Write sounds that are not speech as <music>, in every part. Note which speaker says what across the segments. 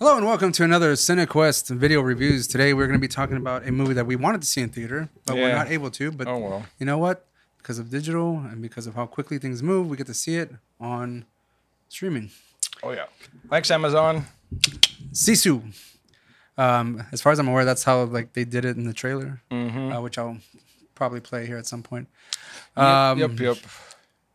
Speaker 1: Hello and welcome to another CineQuest video reviews. Today we're going to be talking about a movie that we wanted to see in theater, but we're
Speaker 2: Yeah.
Speaker 1: not able to. But
Speaker 2: Oh well.
Speaker 1: you know what? Because of digital and because of how quickly things move, we get to see it on streaming.
Speaker 2: Oh yeah. Thanks, Amazon.
Speaker 1: Sisu. Um, as far as I'm aware, that's how like they did it in the trailer,
Speaker 2: Mm-hmm.
Speaker 1: uh, which I'll probably play here at some point. Um,
Speaker 2: yep, yep.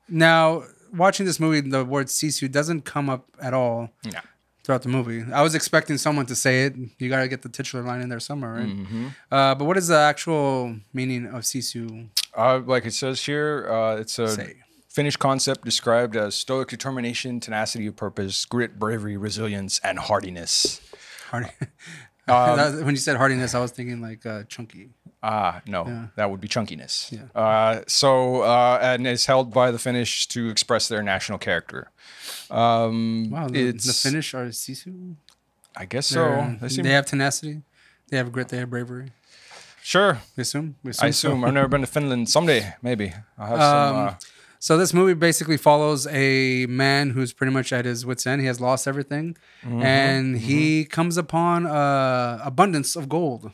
Speaker 1: Now, watching this movie, the word Sisu doesn't come up at all
Speaker 2: Yeah.
Speaker 1: throughout the movie. I was expecting someone to say it. You got to get the titular line in there somewhere, right?
Speaker 2: Mm-hmm.
Speaker 1: Uh, but what is the actual meaning of Sisu
Speaker 2: Uh, like it says here, uh, it's a
Speaker 1: say?
Speaker 2: Finnish concept described as stoic determination, tenacity of purpose, grit, bravery, resilience, and hardiness.
Speaker 1: <laughs> Hardy.
Speaker 2: Um,
Speaker 1: That was- when you said hardiness, I was thinking like uh, chunky.
Speaker 2: Ah, no, that would be chunkiness.
Speaker 1: Yeah.
Speaker 2: Uh, so, uh, and is held by the Finnish to express their national character. Um,
Speaker 1: Wow, the, the
Speaker 2: it's-
Speaker 1: Finnish are Sisu.
Speaker 2: I guess so.
Speaker 1: They're-
Speaker 2: They seem,
Speaker 1: they have tenacity, they have grit, they have bravery.
Speaker 2: sure,
Speaker 1: We assume. We assume
Speaker 2: I assume.
Speaker 1: So. Um,
Speaker 2: I've never been to Finland. Someday, maybe. I'll have some. Uh,
Speaker 1: So this movie basically follows a man who's pretty much at his wits end. He has lost everything,
Speaker 2: Mm-hmm.
Speaker 1: and he comes upon uh, abundance of gold.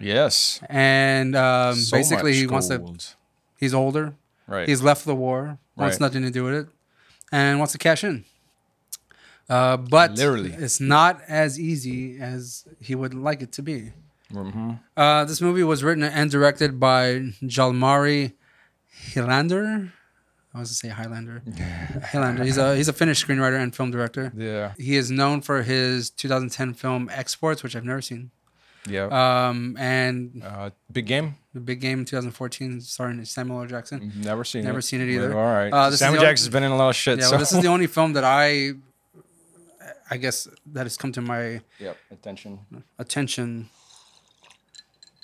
Speaker 2: yes.
Speaker 1: And um,
Speaker 2: So
Speaker 1: basically,
Speaker 2: much
Speaker 1: he wants to.
Speaker 2: gold.
Speaker 1: He's older.
Speaker 2: Right.
Speaker 1: He's left the war. Wants
Speaker 2: Right.
Speaker 1: nothing to do with it, and wants to cash in. Uh, but
Speaker 2: Literally.
Speaker 1: it's not as easy as he would like it to be.
Speaker 2: Mhm.
Speaker 1: Uh, this movie was written and directed by Jalmari Hilander. I was gonna say
Speaker 2: <laughs>
Speaker 1: Highlander. Highlander. He's a he's a Finnish screenwriter and film director.
Speaker 2: Yeah.
Speaker 1: He is known for his 2010 film Exports, which I've never seen,
Speaker 2: Yeah.
Speaker 1: um, and
Speaker 2: Uh, big game.
Speaker 1: The Big Game 2014 starring Samuel L. Jackson.
Speaker 2: Never seen.
Speaker 1: Never
Speaker 2: it.
Speaker 1: seen it either.
Speaker 2: All right.
Speaker 1: Uh, this is
Speaker 2: Sam
Speaker 1: the only-
Speaker 2: Jackson's been in a lot of shit.
Speaker 1: Yeah,
Speaker 2: so.
Speaker 1: well, this
Speaker 2: <laughs>
Speaker 1: is the only film that I, I guess, that has come to my
Speaker 2: yep. Attention.
Speaker 1: attention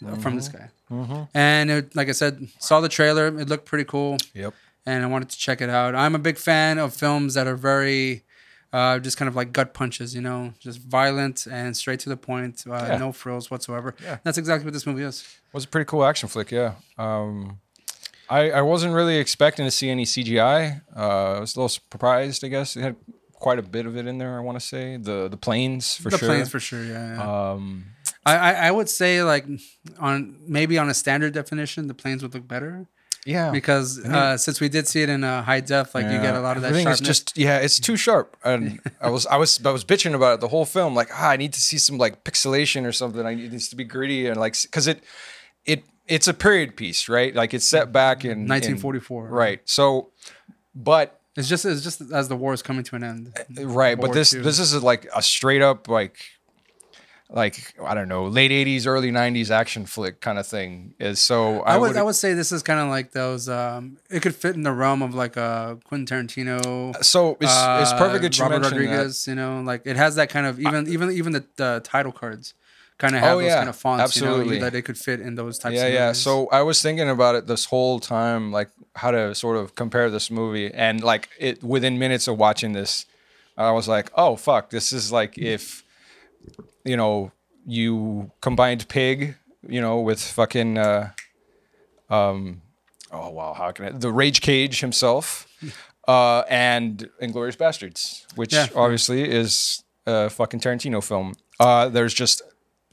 Speaker 1: uh, from this guy.
Speaker 2: Mm-hmm.
Speaker 1: And it, like I said, saw the trailer. It looked pretty cool.
Speaker 2: Yep.
Speaker 1: and I wanted to check it out. I'm a big fan of films that are very uh, just kind of like gut punches, you know, just violent and straight to the point, uh,
Speaker 2: Yeah.
Speaker 1: no frills whatsoever.
Speaker 2: Yeah.
Speaker 1: That's exactly what this movie is.
Speaker 2: Was a pretty cool action flick. Yeah. Um, I I wasn't really expecting to see any CGI. Uh, I was a little surprised. I guess it had quite a bit of it in there. I want to say the the planes for
Speaker 1: the
Speaker 2: sure.
Speaker 1: planes, for sure. Yeah, yeah.
Speaker 2: um,
Speaker 1: I, I I would say like on maybe on a standard definition, the planes would look better
Speaker 2: yeah.
Speaker 1: because uh, since we did see it in a high def, like you
Speaker 2: Yeah.
Speaker 1: get a lot of that
Speaker 2: Everything
Speaker 1: sharpness.
Speaker 2: is just yeah, it's too sharp. And I was I was I was bitching about it the whole film. Like ah, I need to see some like pixelation or something. I need this to be gritty and like because it it it's a period piece, right? Like it's set back in in-
Speaker 1: 1944.
Speaker 2: right? So, but
Speaker 1: It's just it's just as the war is coming to an end.
Speaker 2: right, but
Speaker 1: War
Speaker 2: this
Speaker 1: II.
Speaker 2: this is like a straight up like like I don't know late '80s, early '90s action flick kind of thing. Is so
Speaker 1: I would I would say this is kind of like those. Um, it could fit in the realm of like a Quentin Tarantino.
Speaker 2: so it's it's
Speaker 1: uh,
Speaker 2: perfect that you
Speaker 1: Robert
Speaker 2: mentioned that.
Speaker 1: Rodriguez, you know, like it has that kind of even even even the, the title cards kind of have
Speaker 2: Oh,
Speaker 1: those
Speaker 2: yeah.
Speaker 1: kind of fonts, you
Speaker 2: Absolutely.
Speaker 1: know, that it could fit in those types.
Speaker 2: Yeah,
Speaker 1: of
Speaker 2: yeah.
Speaker 1: movies.
Speaker 2: So I was thinking about it this whole time, like how to sort of compare this movie, and like it within minutes of watching this, I was like, oh fuck, this is like if, you know, you combined Pig, you know, with fucking, uh, um, oh wow, how can I, the Rage
Speaker 1: <laughs>
Speaker 2: Cage himself, uh, and Inglorious Bastards, which
Speaker 1: Yeah.
Speaker 2: obviously is a fucking Tarantino film. Uh, there's just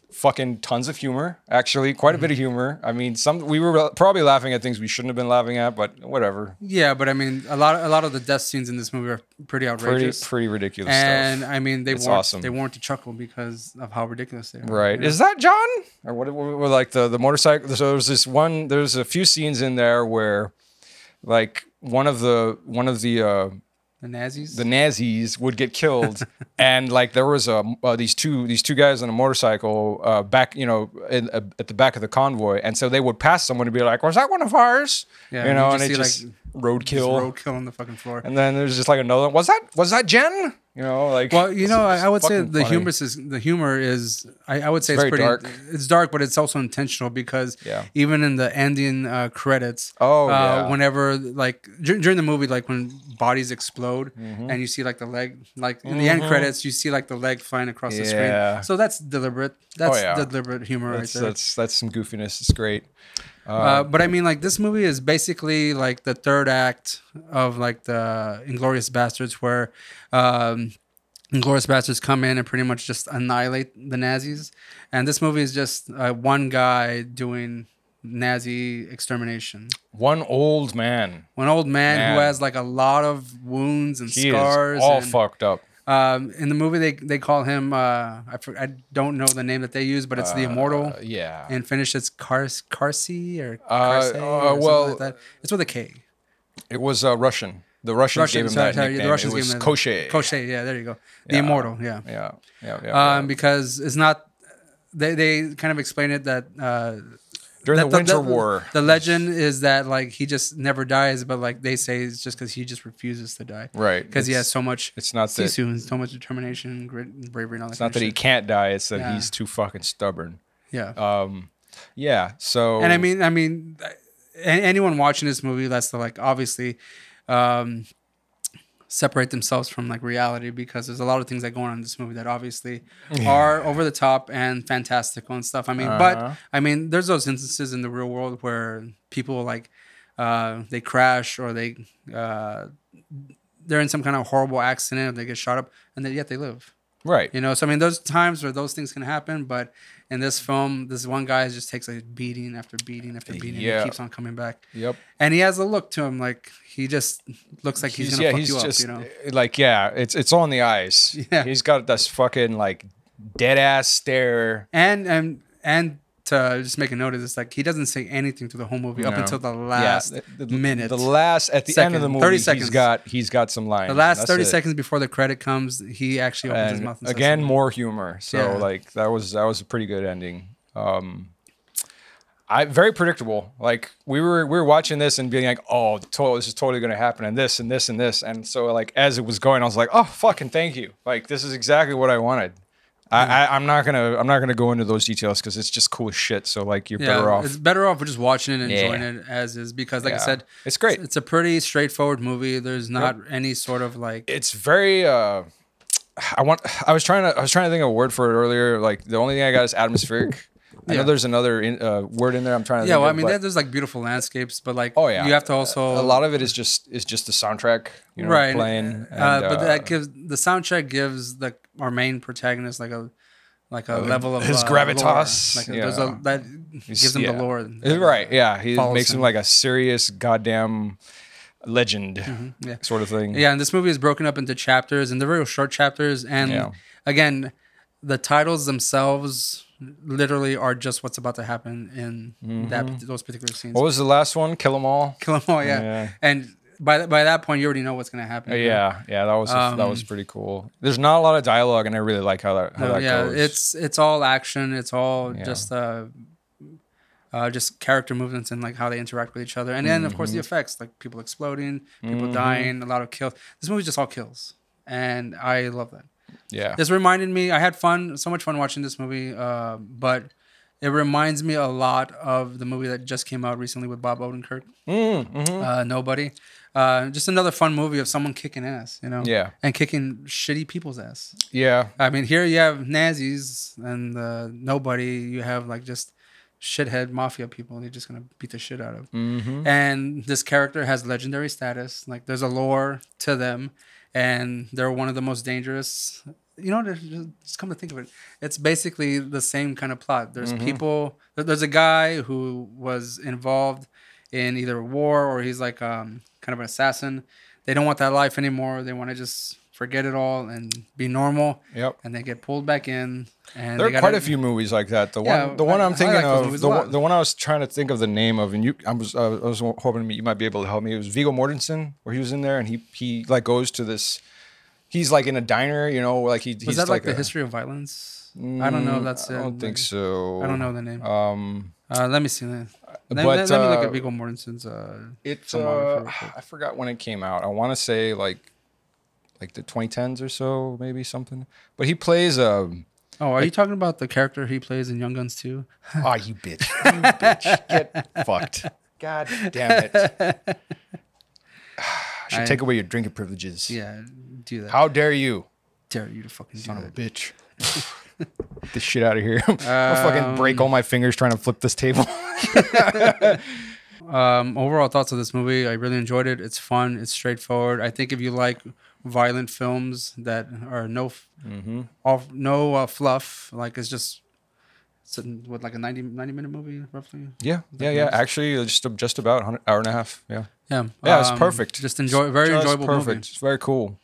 Speaker 2: fucking tons of humor actually quite a bit of humor i mean some we were probably laughing at things we shouldn't have been laughing at but whatever
Speaker 1: yeah, but I mean, a lot a lot of the death scenes in this movie are pretty
Speaker 2: pretty
Speaker 1: outrageous,
Speaker 2: pretty ridiculous
Speaker 1: and
Speaker 2: stuff
Speaker 1: I mean they
Speaker 2: It's
Speaker 1: warrant
Speaker 2: awesome.
Speaker 1: they warrant to chuckle because of how ridiculous they are.
Speaker 2: right is that john or what, what, what- like the the motorcycle so there's this one there's a few scenes in there where like one of the one of the uh
Speaker 1: The Nazis.
Speaker 2: the Nazis would get
Speaker 1: <laughs>
Speaker 2: killed, and like there was a uh, these two these two guys on a motorcycle uh, back you know in, uh, at the back of the convoy, and so they would pass someone and be like, "Was that one of ours?"
Speaker 1: Yeah,
Speaker 2: you know,
Speaker 1: and
Speaker 2: and,
Speaker 1: you
Speaker 2: it
Speaker 1: just
Speaker 2: just
Speaker 1: see, Just
Speaker 2: roadkill,
Speaker 1: roadkill on the fucking floor.
Speaker 2: and then there's just like another one. Was that was that Jen? You know, like
Speaker 1: Well, you
Speaker 2: it's
Speaker 1: know, I, I would say
Speaker 2: fucking
Speaker 1: the
Speaker 2: funny.
Speaker 1: humor is the humor is. I, I would say it's,
Speaker 2: very
Speaker 1: pretty
Speaker 2: dark.
Speaker 1: It's dark, but it's also intentional because
Speaker 2: Yeah.
Speaker 1: even in the ending uh, credits,
Speaker 2: Oh,
Speaker 1: uh,
Speaker 2: yeah.
Speaker 1: whenever like dur- during the movie, like when bodies explode
Speaker 2: Mm-hmm.
Speaker 1: and you see like the leg, like in the end credits, you see like the leg flying across the
Speaker 2: Yeah. Oh,
Speaker 1: screen. So that's deliberate. That's
Speaker 2: yeah.
Speaker 1: deliberate humor
Speaker 2: That's,
Speaker 1: right there.
Speaker 2: that's that's some goofiness. It's great.
Speaker 1: Uh, but I mean, like this movie is basically like the third act of like the Inglorious Bastards, where um, Glorious Bastards come in and pretty much just annihilate the Nazis. And this movie is just uh, one guy doing Nazi extermination.
Speaker 2: One old man.
Speaker 1: One old man, who
Speaker 2: Man.
Speaker 1: has like a lot of wounds and
Speaker 2: He
Speaker 1: scars.
Speaker 2: is all
Speaker 1: and,
Speaker 2: fucked up.
Speaker 1: Um, in the movie, they, they call him, uh, I, for- I don't know the name that they use, but it's the Immortal.
Speaker 2: Uh, yeah.
Speaker 1: and finish it's Kars Karsi or
Speaker 2: Uh,
Speaker 1: Karse
Speaker 2: uh,
Speaker 1: or well,
Speaker 2: well,
Speaker 1: like that. It's with a K.
Speaker 2: it was uh, Russian. The Russians
Speaker 1: Russian,
Speaker 2: gave him
Speaker 1: sorry,
Speaker 2: that
Speaker 1: sorry,
Speaker 2: nickname.
Speaker 1: the Russians
Speaker 2: it was
Speaker 1: gave him that-
Speaker 2: Koshe.
Speaker 1: Koshe, yeah, there you go. The
Speaker 2: Yeah.
Speaker 1: Immortal, yeah.
Speaker 2: Yeah. Yeah. yeah, yeah.
Speaker 1: Um, because it's not. They, they kind of explain it that uh,
Speaker 2: During
Speaker 1: that
Speaker 2: the Winter War.
Speaker 1: The legend is that like he just never dies, but like they say it's just because he just refuses to die
Speaker 2: right.
Speaker 1: because he
Speaker 2: It's-
Speaker 1: has so much
Speaker 2: It's not that.
Speaker 1: sisu and so much determination, grit, and bravery, and all that.
Speaker 2: It's not that he can't die. It's that
Speaker 1: Yeah.
Speaker 2: he's too fucking stubborn.
Speaker 1: yeah.
Speaker 2: Um, yeah. So.
Speaker 1: and I mean, I mean, a- anyone watching this movie that's to, like obviously um, separate themselves from like reality because there's a lot of things that go on in this movie that obviously are over the top and fantastical and stuff. I mean,
Speaker 2: Uh-huh.
Speaker 1: but I mean, there's those instances in the real world where people like uh, they crash or they uh, they're in some kind of horrible accident or they get shot up and then yet they live.
Speaker 2: Right.
Speaker 1: You know, so I mean, there's times where those things can happen, but in this film, this one guy just takes a beating after beating after beating. And
Speaker 2: Yeah.
Speaker 1: he keeps on coming back,
Speaker 2: Yep.
Speaker 1: and he has a look to him like he just looks like he's, gonna fuck you up. You know,
Speaker 2: like yeah, it's it's on the eyes.
Speaker 1: Yeah.
Speaker 2: He's got this fucking like dead ass stare.
Speaker 1: and and and to just make a note of this, like he doesn't say anything to the whole movie up
Speaker 2: No.
Speaker 1: until the last
Speaker 2: yeah, the, the-
Speaker 1: minute.
Speaker 2: The last at the end of the
Speaker 1: Second,
Speaker 2: movie,
Speaker 1: 30
Speaker 2: he's
Speaker 1: seconds.
Speaker 2: got he's got some lines.
Speaker 1: the last
Speaker 2: That's
Speaker 1: thirty
Speaker 2: it.
Speaker 1: seconds before the credit comes, he actually opens his
Speaker 2: And
Speaker 1: mouth. And says
Speaker 2: again,
Speaker 1: something.
Speaker 2: more humor. So
Speaker 1: Yeah.
Speaker 2: like that was that was a pretty good ending. Um, I very predictable. Like we were we were watching this and being like, oh, to- this is totally going to happen, and this and this and this. And so like as it was going, I was like, oh, fucking thank you. Like this is exactly what I wanted. I, I, I'm not gonna I'm not gonna go into those details because it's just cool as shit. So like you're
Speaker 1: yeah,
Speaker 2: better off.
Speaker 1: it's better off just watching it and
Speaker 2: Yeah.
Speaker 1: enjoying it as is because, like I
Speaker 2: Yeah.
Speaker 1: said,
Speaker 2: It's great.
Speaker 1: It's a pretty straightforward movie. There's not any sort of like
Speaker 2: it's very uh i want i was trying to i was trying to think of a word for it earlier like the only thing i got is atmospheric i
Speaker 1: Yeah.
Speaker 2: know there's another in, uh, word in there i'm trying to
Speaker 1: Yeah,
Speaker 2: think
Speaker 1: well, I
Speaker 2: of,
Speaker 1: mean,
Speaker 2: but
Speaker 1: there- there's like beautiful landscapes, but like,
Speaker 2: Oh, yeah.
Speaker 1: you have to also
Speaker 2: a lot of it is just is just the soundtrack you know
Speaker 1: right,
Speaker 2: playing
Speaker 1: uh,
Speaker 2: and,
Speaker 1: but that gives the soundtrack gives the our main protagonist like a like a level of
Speaker 2: Oh, his
Speaker 1: uh,
Speaker 2: gravitas,
Speaker 1: lore. Like
Speaker 2: yeah.
Speaker 1: there's a, that gives him
Speaker 2: yeah.
Speaker 1: the lore,
Speaker 2: Uh, right yeah he
Speaker 1: follows
Speaker 2: makes him
Speaker 1: him.
Speaker 2: like a serious goddamn legend
Speaker 1: Mm-hmm, yeah.
Speaker 2: sort of thing
Speaker 1: Yeah, and this movie is broken up into chapters, and they're very short chapters. And
Speaker 2: Yeah.
Speaker 1: again, the titles themselves literally are just what's about to happen in
Speaker 2: Mm-hmm.
Speaker 1: that those particular scenes.
Speaker 2: what
Speaker 1: <laughs>
Speaker 2: was the last one kill 'em all
Speaker 1: Kill 'em all, yeah.
Speaker 2: Yeah.
Speaker 1: And by th- by that point, you already know what's gonna happen. you know?
Speaker 2: yeah yeah that was a- that
Speaker 1: Mm-hmm. Um,
Speaker 2: was pretty cool there's not a lot of dialogue and i really like how that
Speaker 1: No,
Speaker 2: how that
Speaker 1: Oh, yeah,
Speaker 2: goes
Speaker 1: it's it's all action. It's all
Speaker 2: Yeah.
Speaker 1: just uh, uh, just character movements and like how they interact with each other, and then of course the
Speaker 2: Mm-hmm.
Speaker 1: effects, like people exploding, people dying, a lot of kills. This movie just all kills, and I love that.
Speaker 2: yeah
Speaker 1: This reminded me. I had fun, so much fun watching this movie, uh, but. It reminds me a lot of the movie that just came out recently with Bob Odenkirk,
Speaker 2: Mm, mhm.
Speaker 1: uh, Nobody. Uh, just another fun movie of someone kicking ass, you know?
Speaker 2: Yeah.
Speaker 1: And kicking shitty people's ass.
Speaker 2: yeah
Speaker 1: I mean, here you have Nazis and uh, nobody. You have like just shithead mafia people. They're just gonna beat the shit out of.
Speaker 2: Mhm.
Speaker 1: And this character has legendary status. Like there's a lore to them, and they're one of the most dangerous. You know, there's- just, just come to think of it, it's basically the same kind of plot. There's people. there- There's a guy who was involved in either war or he's like um, kind of an assassin. They don't want that life anymore. They want to just forget it all and be normal
Speaker 2: yep
Speaker 1: and they get pulled back in. And
Speaker 2: There
Speaker 1: they
Speaker 2: are
Speaker 1: gotta-
Speaker 2: quite a few movies like that. The
Speaker 1: Yeah,
Speaker 2: one, the one
Speaker 1: I-
Speaker 2: I, am
Speaker 1: I
Speaker 2: thinking
Speaker 1: like those
Speaker 2: of,
Speaker 1: movies a
Speaker 2: the,
Speaker 1: lot.
Speaker 2: one- the one I was trying to think of the name of, and you, I was, I was hoping you might be able to help me. It was Viggo Mortensen, where he was in there, and he he like goes to this, he's like in a diner, you know, like he, he's
Speaker 1: Was that like, the
Speaker 2: a- Mm,
Speaker 1: history of violence? I don't know if that's
Speaker 2: I
Speaker 1: it.
Speaker 2: don't think so.
Speaker 1: I don't know the name. Uh,
Speaker 2: Um,
Speaker 1: let me see. Let, let,
Speaker 2: but,
Speaker 1: let me look
Speaker 2: uh,
Speaker 1: at Viggo Mortensen's. Uh,
Speaker 2: It's
Speaker 1: filmography
Speaker 2: uh,
Speaker 1: real quick.
Speaker 2: I forgot when it came out. I want to say like like the 2010s or so, maybe something. But he plays um
Speaker 1: oh, are you talking about the character he plays in Young Guns 2?
Speaker 2: Oh, you bitch. You bitch. Get fucked. God damn it. <sighs> I should
Speaker 1: I-
Speaker 2: take away your drinking privileges.
Speaker 1: Yeah, do that.
Speaker 2: How dare you?
Speaker 1: dare you to fucking do
Speaker 2: Son of a
Speaker 1: that?
Speaker 2: bitch. Get <sighs> this shit out of here. <laughs> I'll fucking break all my fingers trying to flip this table. <laughs>
Speaker 1: Um, overall thoughts of this movie, I really enjoyed it. It's fun. It's straightforward. I think if you like violent films that are no f-
Speaker 2: Mm-hmm.
Speaker 1: off, no uh, fluff. Like it's just it's in- what like a 90, 90 minute movie roughly.
Speaker 2: Yeah, yeah, yeah.
Speaker 1: next-
Speaker 2: Actually, uh, just just about an hour and a half. Yeah,
Speaker 1: Yeah,
Speaker 2: yeah, it's
Speaker 1: um,
Speaker 2: perfect.
Speaker 1: Just enjoy very
Speaker 2: Just
Speaker 1: enjoyable
Speaker 2: perfect.
Speaker 1: movie.
Speaker 2: It's very cool.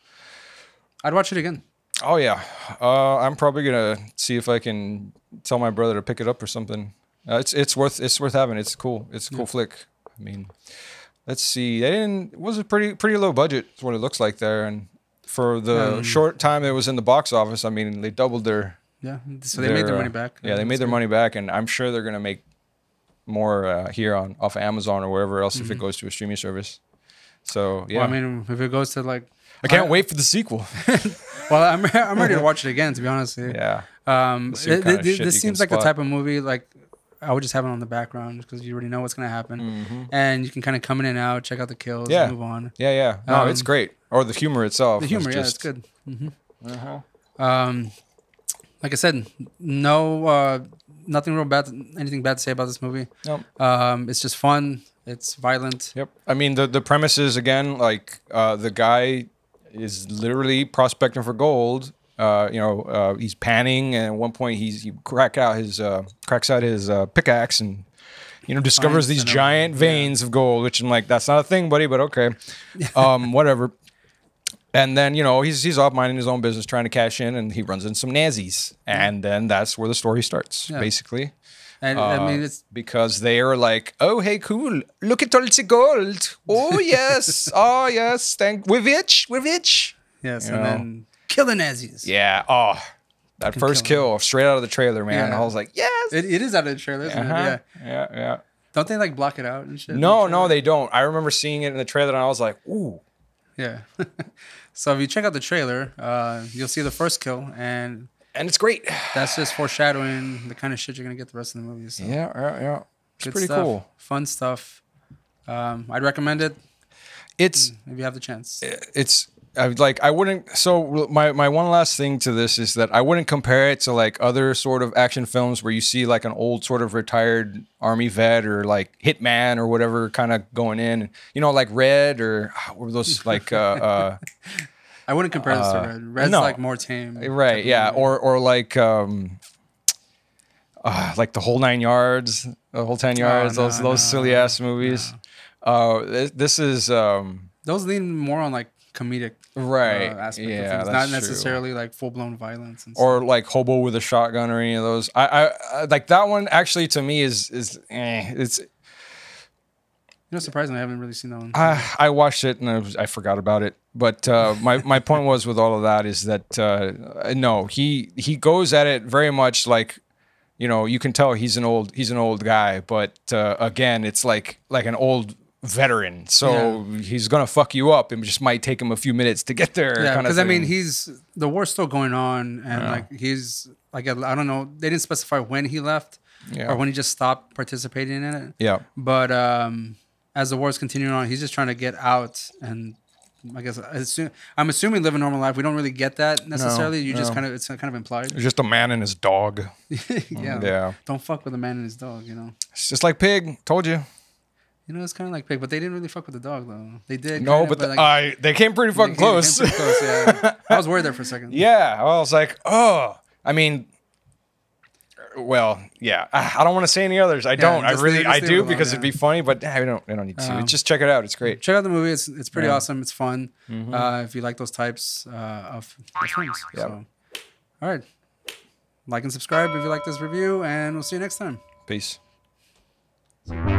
Speaker 1: I'd watch it again.
Speaker 2: Oh yeah, uh, I'm probably gonna see if I can tell my brother to pick it up or something. Uh, it's it's worth it's worth having. It's cool. It's a cool flick. I mean, let's see. They didn't. It was a pretty pretty low budget. Is what it looks like there. And for the short time it was in the box office, I mean, they doubled their.
Speaker 1: Yeah, so they made their
Speaker 2: uh,
Speaker 1: money back.
Speaker 2: Yeah, they made their money back, and I'm sure they're gonna make more uh, here on off of Amazon or wherever else if it goes to a streaming service. So
Speaker 1: Mm-hmm.
Speaker 2: yeah,
Speaker 1: Well, I mean, if it goes to like,
Speaker 2: I can't wait for the sequel. <laughs>
Speaker 1: well, I'm <laughs> I'm ready to watch it again. To be honest, with you.
Speaker 2: yeah.
Speaker 1: Um,
Speaker 2: see what
Speaker 1: it-
Speaker 2: kind of
Speaker 1: it-
Speaker 2: shit
Speaker 1: this
Speaker 2: you can
Speaker 1: seems like the
Speaker 2: spot.
Speaker 1: type of movie like I would just have it on the background because you already know what's gonna happen, and you can kind of come in and out, check out the kills,
Speaker 2: Mm-hmm. Yeah.
Speaker 1: and move on.
Speaker 2: Yeah, yeah. No, it's
Speaker 1: Um,
Speaker 2: great. Or the humor itself.
Speaker 1: The
Speaker 2: is
Speaker 1: humor, yeah, it's
Speaker 2: just-
Speaker 1: good. hmm Um, like I said, no, uh, nothing real bad, anything bad to say about this movie.
Speaker 2: Nope.
Speaker 1: Um, it's just fun. It's violent.
Speaker 2: Yep. I mean, the the premise is again like uh, the guy is literally prospecting for gold. Uh, you know, uh, he's panning, and at one point he's he crack out his uh, cracks out his uh, pickaxe and. You know, discovers
Speaker 1: Finds
Speaker 2: these
Speaker 1: the number.
Speaker 2: giant veins of gold, which I'm like, that's not a thing, buddy,
Speaker 1: <laughs>
Speaker 2: but okay, um, whatever. And then you know he's he's off minding his own business, trying to cash in, and he runs into some Nazis, and then that's where the story starts,
Speaker 1: Yeah.
Speaker 2: basically.
Speaker 1: And
Speaker 2: Uh,
Speaker 1: I mean, it's
Speaker 2: because they are like, oh hey, cool, look at all the gold. <laughs> Oh yes, oh yes, thank we're rich, we're rich.
Speaker 1: yes,
Speaker 2: you
Speaker 1: and
Speaker 2: know.
Speaker 1: then kill the Nazis.
Speaker 2: Yeah, oh, that first kill straight out of the trailer, man.
Speaker 1: Yeah.
Speaker 2: I was like, yes,
Speaker 1: It, it is out of the trailer, isn't it?
Speaker 2: Uh-huh.
Speaker 1: Yeah.
Speaker 2: yeah, yeah.
Speaker 1: Don't they like block it out and shit? in
Speaker 2: No,
Speaker 1: the
Speaker 2: no, they don't. I remember seeing it in the trailer, and I was like, ooh,
Speaker 1: trailer? Yeah. <laughs> so if you check out the trailer, uh, you'll see the first kill, and
Speaker 2: and it's great.
Speaker 1: that's just foreshadowing the kind of shit you're gonna get the rest of the movie. So
Speaker 2: Yeah, yeah, yeah. It's
Speaker 1: good
Speaker 2: pretty
Speaker 1: stuff,
Speaker 2: cool.
Speaker 1: fun stuff. Um, I'd recommend it
Speaker 2: It's
Speaker 1: if you have the chance.
Speaker 2: it's I would like I wouldn't so my my one last thing to this is that I wouldn't compare it to like other sort of action films where you see like an old sort of retired army vet or like hitman or whatever kind of going in you know like Red or ah, what were
Speaker 1: <laughs>
Speaker 2: those like uh, uh
Speaker 1: I wouldn't compare this to Red. Red's
Speaker 2: no.
Speaker 1: like more tame.
Speaker 2: right yeah or or like um uh, like the whole nine yards the whole ten yards
Speaker 1: Oh, no,
Speaker 2: those those
Speaker 1: no,
Speaker 2: silly ass movies uh this, this is um
Speaker 1: Those lean more on like comedic
Speaker 2: Right,
Speaker 1: uh, aspect
Speaker 2: yeah,
Speaker 1: of things,
Speaker 2: that's
Speaker 1: not
Speaker 2: true.
Speaker 1: necessarily like full blown violence and stuff.
Speaker 2: or like hobo with a shotgun or any of those. I, I, I like that one actually to me is is eh, it's
Speaker 1: you know, surprisingly, I haven't really seen that one.
Speaker 2: I, I watched it and I, was, I forgot about it. But uh, my my point was with all of that is that uh, no he he goes at it very much like you know you can tell he's an old he's an old guy, but uh, again it's like like an old veteran so he's gonna fuck you up it just might take him a few minutes to get there
Speaker 1: yeah,
Speaker 2: kinda
Speaker 1: because I mean,
Speaker 2: thing.
Speaker 1: he's the war's still going on, and like he's like I don't know. They didn't specify when he left
Speaker 2: Yeah.
Speaker 1: or when he just stopped participating in it.
Speaker 2: yeah
Speaker 1: But um, as the war's continuing on, he's just trying to get out and. I guess I assume, I'm assuming live a normal life. We don't really get that necessarily. you just
Speaker 2: no.
Speaker 1: kind of it's kind of implied.
Speaker 2: It's just a man and his dog
Speaker 1: <laughs> yeah.
Speaker 2: yeah.
Speaker 1: Don't fuck with a man and his dog. You know.
Speaker 2: it's just like pig told you
Speaker 1: You know, it's kind of like pig, but they didn't really fuck with the dog though. They did.
Speaker 2: No,
Speaker 1: kinda,
Speaker 2: but the-
Speaker 1: like,
Speaker 2: I they came pretty
Speaker 1: they
Speaker 2: fucking
Speaker 1: came- came
Speaker 2: close.
Speaker 1: pretty close, yeah. I was worried there for a second.
Speaker 2: <laughs> yeah, I was like, oh, I mean, well, yeah. I, I don't want to say any others. I don't. I
Speaker 1: just
Speaker 2: really,
Speaker 1: leave-
Speaker 2: I
Speaker 1: just leave it
Speaker 2: do
Speaker 1: alone,
Speaker 2: because it'd
Speaker 1: yeah. Uh-huh.
Speaker 2: be funny, but I don't. I don't need to. Just check it out. It's great.
Speaker 1: Check out the movie. It's it's pretty awesome. It's fun. Uh, if you like those types uh, of of films. So, all right. Like and subscribe if you like this review, and we'll see you next time.
Speaker 2: Peace.
Speaker 3: Thank you.